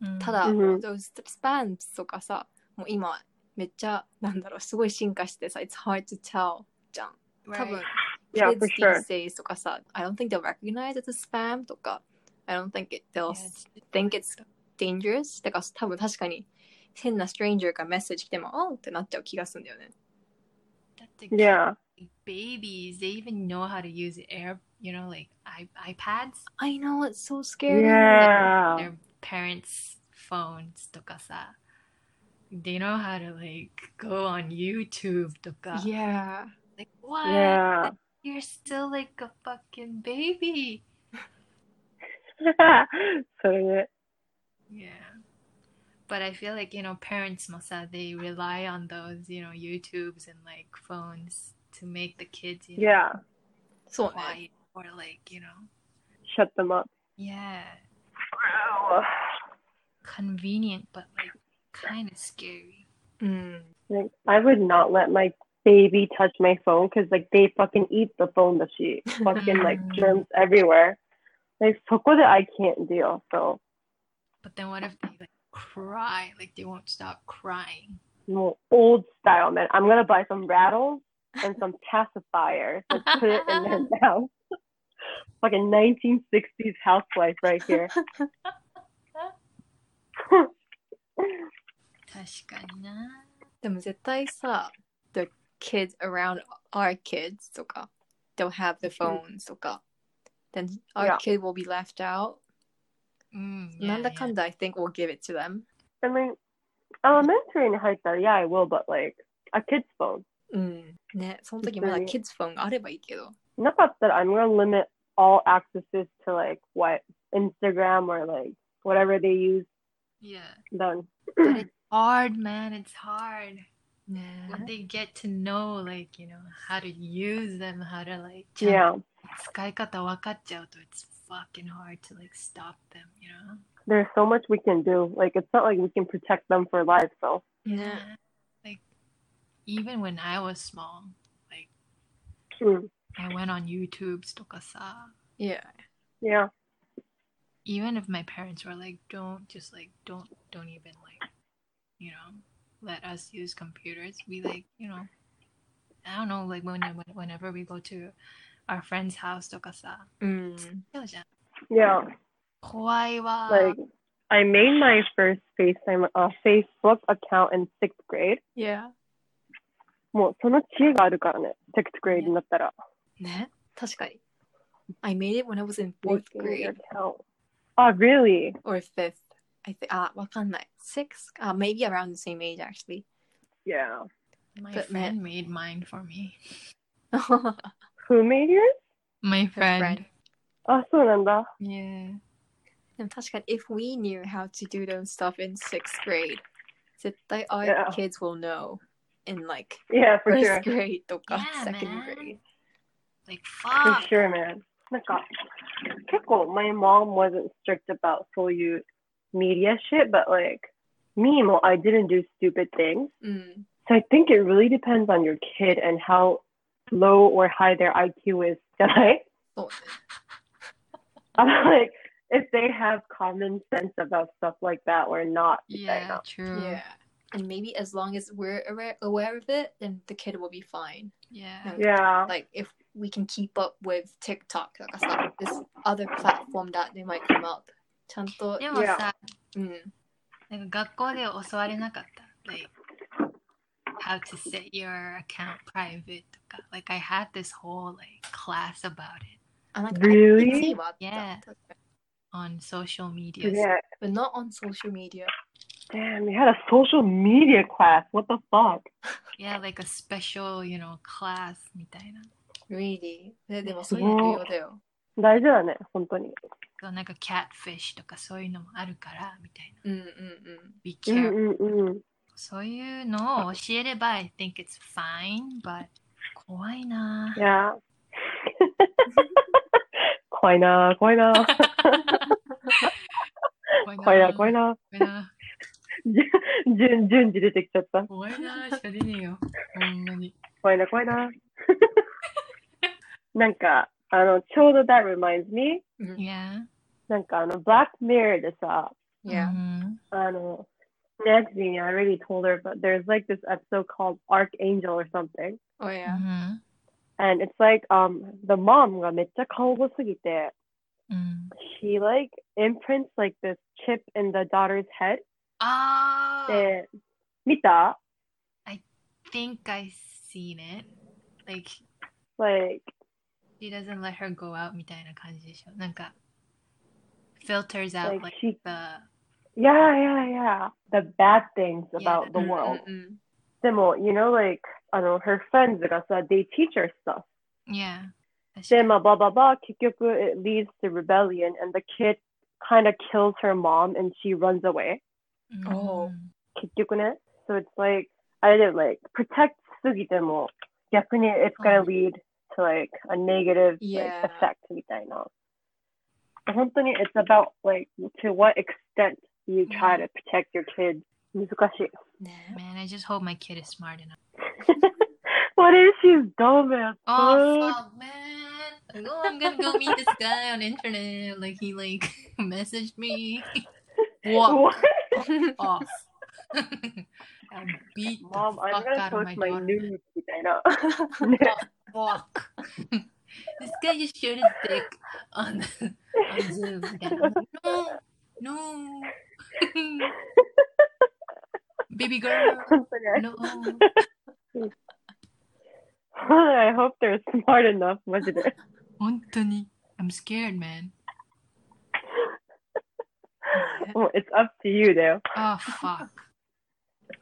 [SPEAKER 2] Mhm.
[SPEAKER 1] ただ、
[SPEAKER 3] Mhm.
[SPEAKER 1] そうスパンとかさもう今めっちゃなんだろうすごい進化してさ It's hard to tell じゃん
[SPEAKER 2] Right.
[SPEAKER 1] 多分、
[SPEAKER 3] Yeah,
[SPEAKER 1] kids
[SPEAKER 3] for
[SPEAKER 1] these
[SPEAKER 3] sure.
[SPEAKER 1] days とかさ I don't think they'll recognize it's a spam とか I don't think it,
[SPEAKER 2] Yeah,
[SPEAKER 1] they'll
[SPEAKER 2] it's-
[SPEAKER 1] think it's dangerous だから多分確かに変な stranger がメッセージ来てもあんってなっちゃう気がするんだよね
[SPEAKER 2] That's the
[SPEAKER 3] Yeah.
[SPEAKER 2] kid- babies. They even know how to use air, you know, like i iPads.
[SPEAKER 1] I know it's so scary
[SPEAKER 3] Yeah.
[SPEAKER 2] Their parents' phones とかさ They know how to like go on YouTube とか
[SPEAKER 1] yeah
[SPEAKER 2] Like what?
[SPEAKER 3] Yeah. *laughs*
[SPEAKER 2] You're still like a fucking baby.
[SPEAKER 3] それね。
[SPEAKER 2] Yeah. But I feel like, you know, parents Mosa, they rely on those, you know, YouTubes and like phones to make the kids, you know,
[SPEAKER 3] Yeah.
[SPEAKER 1] そうね
[SPEAKER 2] quiet or like, you know,
[SPEAKER 3] Shut them up. *sighs*
[SPEAKER 2] yeah,
[SPEAKER 3] Wow.
[SPEAKER 2] convenient, but like kind of scary.
[SPEAKER 1] うん
[SPEAKER 3] Like, I would not let my baby touch my phone because, like, they fucking eat the phone that
[SPEAKER 1] *laughs*
[SPEAKER 3] she fucking, like, germs everywhere. Like, そこで I can't deal. So,
[SPEAKER 2] But then what if they like cry? Like they won't stop crying.
[SPEAKER 3] もう old style, man. I'm gonna buy some rattles and some pacifiers and put it in
[SPEAKER 2] *laughs*
[SPEAKER 3] their mouth. fucking 1960s housewife right here.
[SPEAKER 2] 確かにな。
[SPEAKER 1] でも絶対さ、the kids around our kids とか、they'll have the phones とか、then our
[SPEAKER 3] Yeah.
[SPEAKER 1] kid will be left out.
[SPEAKER 2] うん、
[SPEAKER 1] なんだかんだ I think we'll give it to them.
[SPEAKER 3] I mean, elementary に入ったら、yeah, I will, but like, a kid's phone.
[SPEAKER 1] うん。ね、その時まだ
[SPEAKER 3] 実際
[SPEAKER 1] kids
[SPEAKER 3] に
[SPEAKER 1] phone があればいいけど。
[SPEAKER 3] Not that that I'm gonna limit all accesses to like what Instagram or like whatever they use.
[SPEAKER 2] Yeah.
[SPEAKER 3] Done.
[SPEAKER 2] But it's hard, man. It's hard.
[SPEAKER 1] ね
[SPEAKER 3] Uh-huh.
[SPEAKER 2] When they get to know, like, you know, how to use them, how to, like, ちゃ
[SPEAKER 3] Yeah,
[SPEAKER 2] んと使い方分かっちゃうと、it's fucking hard to, like, stop them, you know?
[SPEAKER 3] there's so much we can do. Like it's not like we can protect them for life. So
[SPEAKER 1] Yeah.
[SPEAKER 2] Like, even when I was small, like,
[SPEAKER 3] Hmm.
[SPEAKER 2] I went on YouTubes とかさ、
[SPEAKER 1] Yeah.
[SPEAKER 3] yeah,
[SPEAKER 2] even if my parents were like, don't just like, don't, don't even like, you know, let us use computers. We like, you know, I don't know, like when, when whenever we go to our friend's house とかさ、
[SPEAKER 1] うん。
[SPEAKER 2] そうじゃん。
[SPEAKER 3] yeah.
[SPEAKER 2] 怖いわ。
[SPEAKER 3] Like I made my first FaceTime uh, Facebook account in sixth grade.
[SPEAKER 1] Yeah.
[SPEAKER 3] もうその知恵があるからね。sixth grade になったら。
[SPEAKER 1] ね、確かに。I made it when I was in fourth
[SPEAKER 3] making an
[SPEAKER 1] grade
[SPEAKER 3] account. Oh, really?
[SPEAKER 1] or fifth. I think あ、わかんない。Six? あ、maybe around the same age actually. *laughs*
[SPEAKER 3] Yeah.
[SPEAKER 2] my
[SPEAKER 1] but
[SPEAKER 2] friend made mine for me.
[SPEAKER 3] Who made yours?
[SPEAKER 2] My
[SPEAKER 1] friend.
[SPEAKER 2] friend.
[SPEAKER 1] Oh,
[SPEAKER 3] あ、そうなんだ。
[SPEAKER 2] Yeah.
[SPEAKER 1] でも確かに if we knew how to do those stuff in sixth grade, 絶対 our
[SPEAKER 3] Yeah.
[SPEAKER 1] kids will know in like
[SPEAKER 3] Yeah, for
[SPEAKER 1] first
[SPEAKER 3] sure.
[SPEAKER 1] grade とか
[SPEAKER 2] Yeah,
[SPEAKER 1] second
[SPEAKER 2] man.
[SPEAKER 1] grade.
[SPEAKER 2] Like,
[SPEAKER 3] For
[SPEAKER 2] fuck.
[SPEAKER 3] sure, man. なんか、結構、my mom wasn't strict about そういう media shit, but like, me も I didn't do stupid things.
[SPEAKER 1] うん。
[SPEAKER 3] So I think it really depends on your kid and how low or high their IQ is, *laughs* じゃない
[SPEAKER 1] そう
[SPEAKER 3] *laughs* I'm like, if they have common sense about stuff like that or not, みたい
[SPEAKER 2] Yeah,
[SPEAKER 3] な。
[SPEAKER 2] true.
[SPEAKER 1] ね。Yeah. And maybe as long as we're aware, aware of it, then the kid will be fine.
[SPEAKER 2] Yeah.
[SPEAKER 3] Yeah.
[SPEAKER 1] Like if we can keep up with TikTok とかさ、this other platform that they might come up. ちゃんと、
[SPEAKER 2] でもさ、
[SPEAKER 1] うん。
[SPEAKER 2] なんか学校で教われなかった。Like, how to set your account private とか。Like, I had this whole, like, class about it
[SPEAKER 1] I'm like,
[SPEAKER 3] Really?
[SPEAKER 1] I didn't see about
[SPEAKER 2] Yeah.
[SPEAKER 1] that.
[SPEAKER 2] on social media.
[SPEAKER 3] Yeah.
[SPEAKER 1] But not on social media.
[SPEAKER 3] Damn, you had a social media class. What the fuck?
[SPEAKER 2] Yeah, like a special, you know, class みたいな。
[SPEAKER 1] Really? ででもそういうの重要だよ。
[SPEAKER 3] 大事だね、本当に。
[SPEAKER 2] そうなんか、catfish とかそういうのもあるから、みたいな。
[SPEAKER 1] うんうんうん。
[SPEAKER 2] Be
[SPEAKER 3] う
[SPEAKER 2] careful.
[SPEAKER 3] んうんうん。
[SPEAKER 2] そういうのを教えれば、I think it's fine, but 怖いな。
[SPEAKER 3] いや。怖いな、怖いな、
[SPEAKER 2] 怖
[SPEAKER 3] *laughs*
[SPEAKER 2] い
[SPEAKER 3] 怖いな、怖い。な。
[SPEAKER 2] 怖いな。
[SPEAKER 3] 順、順次出てきちゃった。
[SPEAKER 2] 怖いなしか出ねえよ。ほんまに。
[SPEAKER 3] 怖いな、怖い *laughs* な。なんか、あの、ちょうど that reminds me。
[SPEAKER 2] Yeah.
[SPEAKER 3] なんかあの、Black Mirror でさ、
[SPEAKER 1] Yeah.
[SPEAKER 2] うん
[SPEAKER 3] あの、Nancy, I already told her, but there's like this episode called Archangel or something.
[SPEAKER 1] Oh
[SPEAKER 2] う
[SPEAKER 1] yeah.
[SPEAKER 2] ん。
[SPEAKER 3] And it's like, um, the mom がめっちゃ顔多すぎて、
[SPEAKER 2] うん。
[SPEAKER 3] she like imprints like this chip in the daughter's head.
[SPEAKER 2] ああ。
[SPEAKER 3] で、見た
[SPEAKER 2] think I seen it. Like,
[SPEAKER 3] like,
[SPEAKER 2] she doesn't let her go out みたいな感じでしょ。なんか、filters out
[SPEAKER 3] like
[SPEAKER 2] like
[SPEAKER 3] she,
[SPEAKER 2] the,
[SPEAKER 3] yeah, yeah, yeah, the bad things about the
[SPEAKER 2] Yeah.
[SPEAKER 3] world.
[SPEAKER 1] うんうん
[SPEAKER 3] でも、you know, like, あの、her friends がさ、they teach her stuff.
[SPEAKER 2] yeah. 確か
[SPEAKER 3] で、
[SPEAKER 2] に
[SPEAKER 3] まあ、バババ、結局、it leads to rebellion and the kid kind of kills her mom and she runs away.
[SPEAKER 2] うん
[SPEAKER 1] おう
[SPEAKER 3] 結局ね。So it's like, I didn't like, protect すぎても、逆に it's gonna
[SPEAKER 2] うん
[SPEAKER 3] lead to like a negative like,
[SPEAKER 1] Yeah.
[SPEAKER 3] effect みたいな。本当に it's about like, to what extent you try to protect your kid. 難しい。
[SPEAKER 1] うん。ね。
[SPEAKER 2] Man, I just hope my kid is smart enough.
[SPEAKER 3] *laughs* What if she's dumb as
[SPEAKER 2] Oh
[SPEAKER 3] fuck?
[SPEAKER 2] fuck, man! Like, oh, I'm gonna go meet this guy on internet. Like he like *laughs* messaged
[SPEAKER 3] *laughs*
[SPEAKER 2] me. Walk
[SPEAKER 3] What?
[SPEAKER 1] *laughs*
[SPEAKER 2] off. *laughs* I beat the
[SPEAKER 3] Mom, I'm
[SPEAKER 2] fuck
[SPEAKER 3] gonna
[SPEAKER 2] out of my
[SPEAKER 3] post my
[SPEAKER 2] daughter. *laughs*
[SPEAKER 3] nudes みたいな。 *laughs*
[SPEAKER 2] Walk. *laughs* this guy just showed his dick on, on Zoom. Again. No, no. Baby girl,
[SPEAKER 3] 本当に I-
[SPEAKER 2] no.
[SPEAKER 3] *laughs* I hope they're smart enough, マジ
[SPEAKER 2] *laughs*
[SPEAKER 3] で。
[SPEAKER 2] Anthony, I'm scared, man.
[SPEAKER 3] もう it's up to you だよ。
[SPEAKER 2] Oh fuck.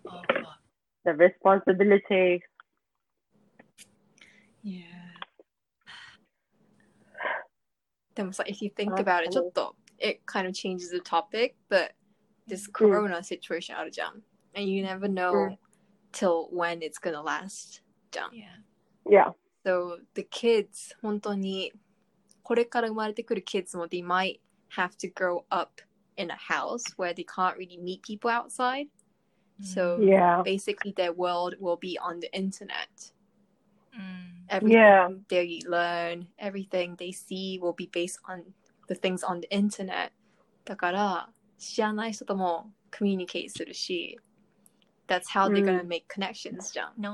[SPEAKER 2] Oh fuck.
[SPEAKER 3] the responsibility.
[SPEAKER 2] Yeah.
[SPEAKER 1] でもさ、if you think
[SPEAKER 3] Okay.
[SPEAKER 1] about it, ちょっと、it kind of changes the topic, but this
[SPEAKER 3] Mm-hmm.
[SPEAKER 1] corona situation あるじゃん。And you never know till when it's gonna last じゃん。
[SPEAKER 2] Yeah.
[SPEAKER 3] Yeah.
[SPEAKER 1] So the kids, 本当に、これから生まれてくる kids も they might have to grow up in a house where they can't really meet people outside.
[SPEAKER 2] Mm.
[SPEAKER 1] So
[SPEAKER 3] Mm-hmm. Yeah. *laughs*
[SPEAKER 1] basically their world will be on the internet.
[SPEAKER 2] Mm.
[SPEAKER 1] Everything
[SPEAKER 3] Yeah.
[SPEAKER 1] they learn, everything they see will be based on the things on the internet. だから知らない人とも communicate するし、that's how they're gonna make connections じゃん。
[SPEAKER 2] No,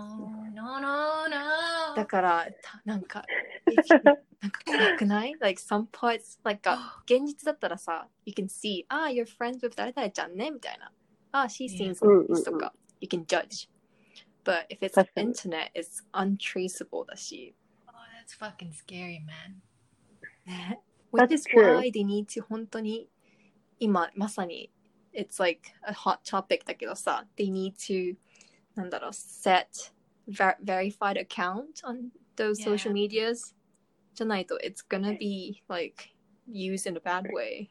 [SPEAKER 2] no, no, no.
[SPEAKER 1] だからたなんか if you- なんか怖くない Like some parts like あ現実だったらさ You can see あ、ah, you're friends with 誰々ちゃんねみたいなあ、ah, she
[SPEAKER 2] Yeah.
[SPEAKER 1] seems
[SPEAKER 3] うんうんうん
[SPEAKER 1] like this とか You can judge But if it's
[SPEAKER 3] 確かに
[SPEAKER 1] internet it's untraceable だし
[SPEAKER 2] Oh, that's fucking scary, man.
[SPEAKER 1] ね
[SPEAKER 3] That's
[SPEAKER 1] Which is
[SPEAKER 3] true.
[SPEAKER 1] why they need to 本当に今まさに It's like a hot topic だけどさ They need to なんだろう Set ver verified account on those
[SPEAKER 2] Yeah.
[SPEAKER 1] social medias じゃないと It's gonna be like used in a bad way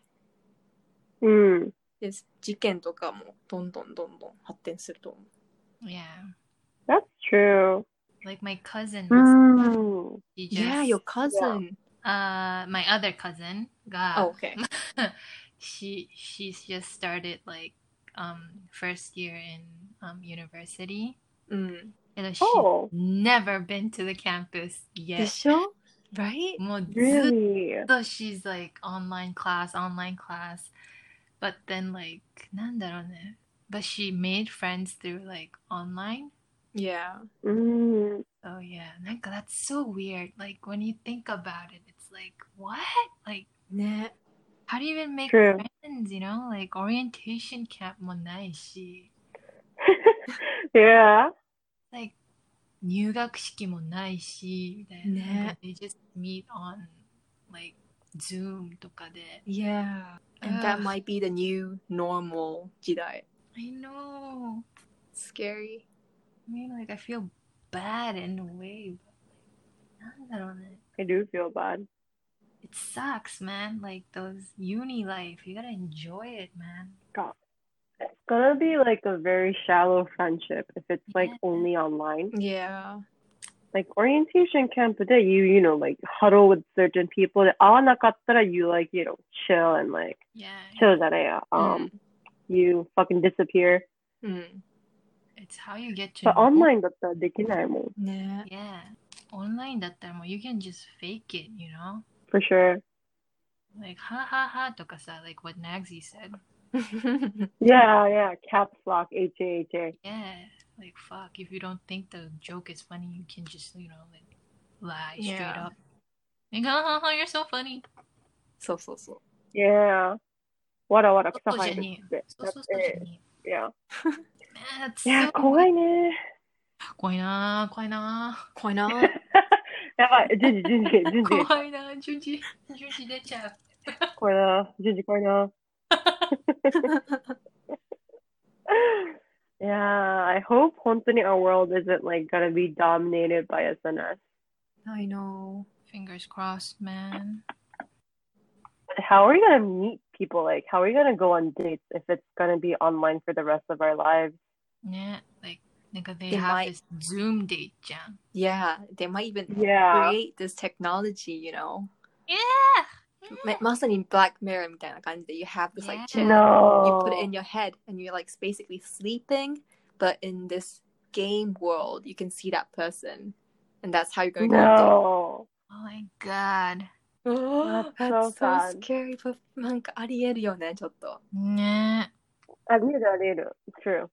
[SPEAKER 3] Mm.
[SPEAKER 1] で事件とかもどんどんどんどん発展すると思
[SPEAKER 2] Yeah.
[SPEAKER 3] That's true.
[SPEAKER 2] Like my cousin,
[SPEAKER 3] Mm.
[SPEAKER 2] she
[SPEAKER 1] う
[SPEAKER 2] just,
[SPEAKER 1] Yeah your cousin
[SPEAKER 2] uh, my other cousin, got
[SPEAKER 1] Oh *laughs* okay
[SPEAKER 2] she she's just started like um first year in um university
[SPEAKER 1] うん、
[SPEAKER 2] and she's
[SPEAKER 3] Oh,
[SPEAKER 2] never been to the campus
[SPEAKER 1] で
[SPEAKER 2] yet
[SPEAKER 1] しょ Right?
[SPEAKER 2] もうずっ
[SPEAKER 3] really?
[SPEAKER 2] と she's like online class online class but then like なんだろうね but she made friends through like online
[SPEAKER 1] Yeah
[SPEAKER 3] Mm.
[SPEAKER 2] oh yeah なんか that's so weird like when you think about it it's like what like
[SPEAKER 1] ね
[SPEAKER 2] how do you even make
[SPEAKER 3] True.
[SPEAKER 2] friends you know like orientation camp もないし
[SPEAKER 3] yeah.
[SPEAKER 2] like 入学式もないしみたいな。
[SPEAKER 1] ね
[SPEAKER 2] なんか They just meet on like Zoom とかで。
[SPEAKER 1] Yeah. And
[SPEAKER 2] Ugh.
[SPEAKER 1] that might be the new normal 時代。
[SPEAKER 2] I know.
[SPEAKER 1] Scary.
[SPEAKER 2] I mean like I feel bad in a way. But like, なんだろうね。
[SPEAKER 3] I do feel bad.
[SPEAKER 2] It sucks, man. Like those uni life. You gotta enjoy it, man.
[SPEAKER 3] It's gonna be like a very shallow friendship if it's like
[SPEAKER 2] Yeah.
[SPEAKER 3] only online.
[SPEAKER 1] Yeah.
[SPEAKER 3] Like orientation camp today, you you know like huddle with certain people. 会わなかったら you like you know chill and like
[SPEAKER 2] Yeah.
[SPEAKER 3] chill じゃないや。Um, you fucking disappear.
[SPEAKER 1] うん。
[SPEAKER 2] It's how you get
[SPEAKER 3] But
[SPEAKER 2] to know-
[SPEAKER 3] online だったらできないもん。
[SPEAKER 1] *laughs* ね。
[SPEAKER 2] Yeah. Online だったらもう you can just fake it, you know?
[SPEAKER 3] For sure.
[SPEAKER 2] Like ha ha ha とかさ like what Nagsy said.
[SPEAKER 3] Yeah, yeah. Caps lock, H A H A.
[SPEAKER 2] Yeah, like fuck. If you don't think the joke is funny, you can just you know like lie straight
[SPEAKER 1] Yeah.
[SPEAKER 2] up. Like, oh, you're so funny.
[SPEAKER 1] そうそうそ
[SPEAKER 3] Yeah. わらわら草
[SPEAKER 2] So
[SPEAKER 3] 生え
[SPEAKER 2] so
[SPEAKER 3] る
[SPEAKER 2] genius.
[SPEAKER 3] って。
[SPEAKER 2] So so
[SPEAKER 3] That's
[SPEAKER 2] so
[SPEAKER 3] it.
[SPEAKER 2] genius.
[SPEAKER 3] Yeah.
[SPEAKER 2] Man, that's
[SPEAKER 3] いや、
[SPEAKER 2] so
[SPEAKER 3] 怖いね。
[SPEAKER 2] 怖いな-
[SPEAKER 1] *laughs*
[SPEAKER 2] 怖いな
[SPEAKER 1] う。
[SPEAKER 2] -
[SPEAKER 1] 怖いな。
[SPEAKER 3] *laughs* やばい。ジュンジ、ジュンジ、ジュンジ。
[SPEAKER 2] 怖いな-順次-順次出ちゃう。
[SPEAKER 3] 怖いな。ジュンジ怖いな。Yeah, I hope 本当に our world isn't like gonna be dominated by SNS.
[SPEAKER 1] I know.
[SPEAKER 2] Fingers crossed, man.
[SPEAKER 3] How are we gonna meet people? Like, how are we gonna go on dates if it's gonna be online for the rest of our lives?
[SPEAKER 2] Yeah, like nigga, they,
[SPEAKER 1] They
[SPEAKER 2] have
[SPEAKER 1] might-
[SPEAKER 2] this Zoom date, jam.
[SPEAKER 1] Yeah. They might even
[SPEAKER 3] Yeah.
[SPEAKER 1] create this technology, you know?
[SPEAKER 2] Yeah.
[SPEAKER 1] ままさに Black Mirror みたいな感じで You have this like
[SPEAKER 2] Yeah.
[SPEAKER 1] chip. You
[SPEAKER 3] No.
[SPEAKER 1] put it in
[SPEAKER 3] *gasps*
[SPEAKER 1] your head and you're like basically sleeping. But in this game world, you can see that person. And that's how you're going to
[SPEAKER 3] No.
[SPEAKER 2] Oh my god.
[SPEAKER 3] *gasps*
[SPEAKER 1] Oh,
[SPEAKER 3] That's so sad.
[SPEAKER 1] scary, but なんかありえるよね、ちょっと。
[SPEAKER 2] Yeah.
[SPEAKER 3] ありえるありえる。True.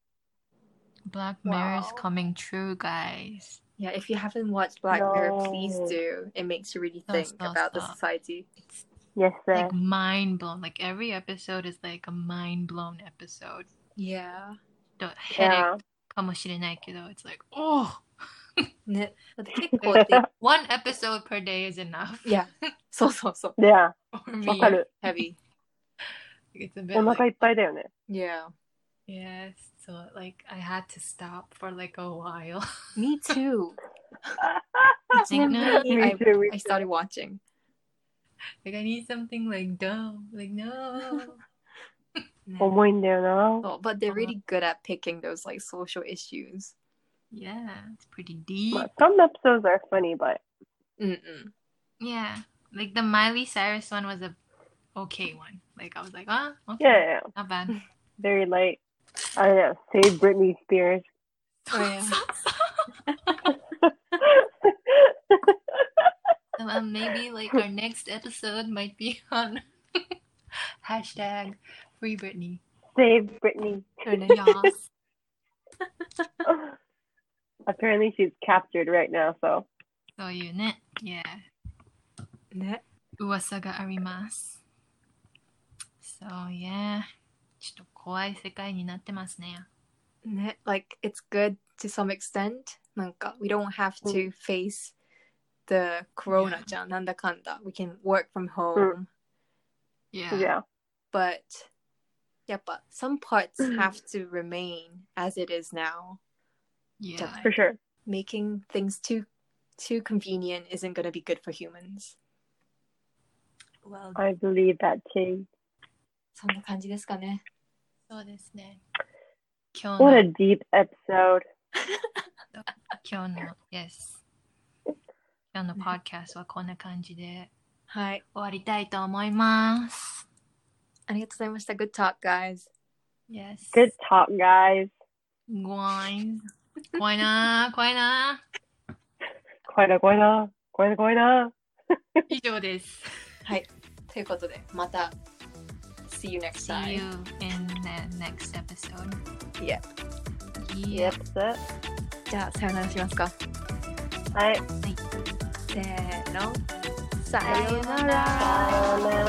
[SPEAKER 2] Black Mirror's
[SPEAKER 1] Wow.
[SPEAKER 2] coming true, guys.
[SPEAKER 1] Yeah, if you haven't watched Black Mirror, please
[SPEAKER 3] No.
[SPEAKER 1] do. It makes you really
[SPEAKER 2] No,
[SPEAKER 1] think
[SPEAKER 2] stop,
[SPEAKER 1] about the
[SPEAKER 2] stop.
[SPEAKER 1] society.
[SPEAKER 2] It's
[SPEAKER 3] Yes, sir.
[SPEAKER 2] like mind blown. Like every episode is like a mind blown episode.
[SPEAKER 1] Yeah.
[SPEAKER 2] The headache
[SPEAKER 3] Yeah.
[SPEAKER 2] かもしれないけど, it's like, oh,
[SPEAKER 1] ね。だ *laughs* って結構で、
[SPEAKER 2] one episode per day is enough.
[SPEAKER 1] Yeah. *laughs* そうそうそう。
[SPEAKER 3] Yeah.
[SPEAKER 2] *laughs* For
[SPEAKER 3] わ
[SPEAKER 2] me,
[SPEAKER 3] かる。
[SPEAKER 1] Heavy.
[SPEAKER 2] it's a
[SPEAKER 3] お
[SPEAKER 2] bit
[SPEAKER 3] 腹
[SPEAKER 1] *laughs*
[SPEAKER 2] like,
[SPEAKER 3] いっぱいだよね。
[SPEAKER 1] Yeah.
[SPEAKER 2] yes, So like I had to stop for like a while. *laughs*
[SPEAKER 1] Me
[SPEAKER 3] *laughs*
[SPEAKER 1] too.
[SPEAKER 2] like, no,
[SPEAKER 1] Suddenly,
[SPEAKER 3] Me
[SPEAKER 1] I,
[SPEAKER 3] too, me
[SPEAKER 1] I started watching.
[SPEAKER 2] like I need something like dumb.
[SPEAKER 1] *laughs*
[SPEAKER 2] Like no. no.
[SPEAKER 3] 重いんだよな。
[SPEAKER 1] Oh, but they're
[SPEAKER 2] Uh-huh.
[SPEAKER 1] really good at picking those like social issues.
[SPEAKER 2] Yeah, it's pretty deep.
[SPEAKER 3] まあ some episodes are funny, but
[SPEAKER 1] Mm-mm.
[SPEAKER 2] Yeah, like the Miley Cyrus one was a okay one. Like I was like, ah, okay,
[SPEAKER 3] yeah, yeah, yeah.
[SPEAKER 2] not bad.
[SPEAKER 1] *laughs*
[SPEAKER 2] *laughs*
[SPEAKER 3] very light. I don't know. Save Britney Spears. *laughs*
[SPEAKER 1] Oh, yeah.
[SPEAKER 2] Um, um, maybe like our next episode might be *laughs* on hashtag free Britney.
[SPEAKER 3] Save Britney.
[SPEAKER 1] Her name-
[SPEAKER 2] Yes.
[SPEAKER 3] *laughs* Apparently, she's captured right now, so
[SPEAKER 2] そういうね。Yeah.
[SPEAKER 1] Ne-
[SPEAKER 2] 噂があります。So yeah. ちょっと怖い世界になってますね。
[SPEAKER 1] ne- Like it's good to some extent. なんか we don't have to face the corona じゃんなんだかんだ。We can work from home,
[SPEAKER 2] Yeah.
[SPEAKER 3] yeah.
[SPEAKER 1] but yeah, but some parts have to remain as it is now.
[SPEAKER 2] Yeah.
[SPEAKER 3] for sure.
[SPEAKER 1] Making things too too convenient isn't going to be good for humans.
[SPEAKER 2] Well,
[SPEAKER 3] I believe that too.
[SPEAKER 1] そんな感じですかね。
[SPEAKER 2] そうですね。今
[SPEAKER 1] Uh-huh.
[SPEAKER 2] 日
[SPEAKER 3] What
[SPEAKER 2] の
[SPEAKER 3] a deep episode.
[SPEAKER 2] 今日の、yes。今日の podcast はこんな感じで
[SPEAKER 1] はい。
[SPEAKER 2] 終わりたいと思います。
[SPEAKER 1] ありがとうございました。Good talk, guys.
[SPEAKER 2] Yes.
[SPEAKER 3] Good talk, guys.
[SPEAKER 2] 怖い。怖いな怖いな
[SPEAKER 3] Quite a going on. Quite a going on.
[SPEAKER 2] 以上です。
[SPEAKER 1] はい。ということで、また、See you next
[SPEAKER 2] See you
[SPEAKER 1] time.
[SPEAKER 2] in the next episode.
[SPEAKER 1] Yep.
[SPEAKER 2] Yep.
[SPEAKER 3] that's
[SPEAKER 1] じゃあ、さよならしますか。
[SPEAKER 3] it. All right.
[SPEAKER 1] せーの。さ
[SPEAKER 2] さよなら
[SPEAKER 3] Sayonara.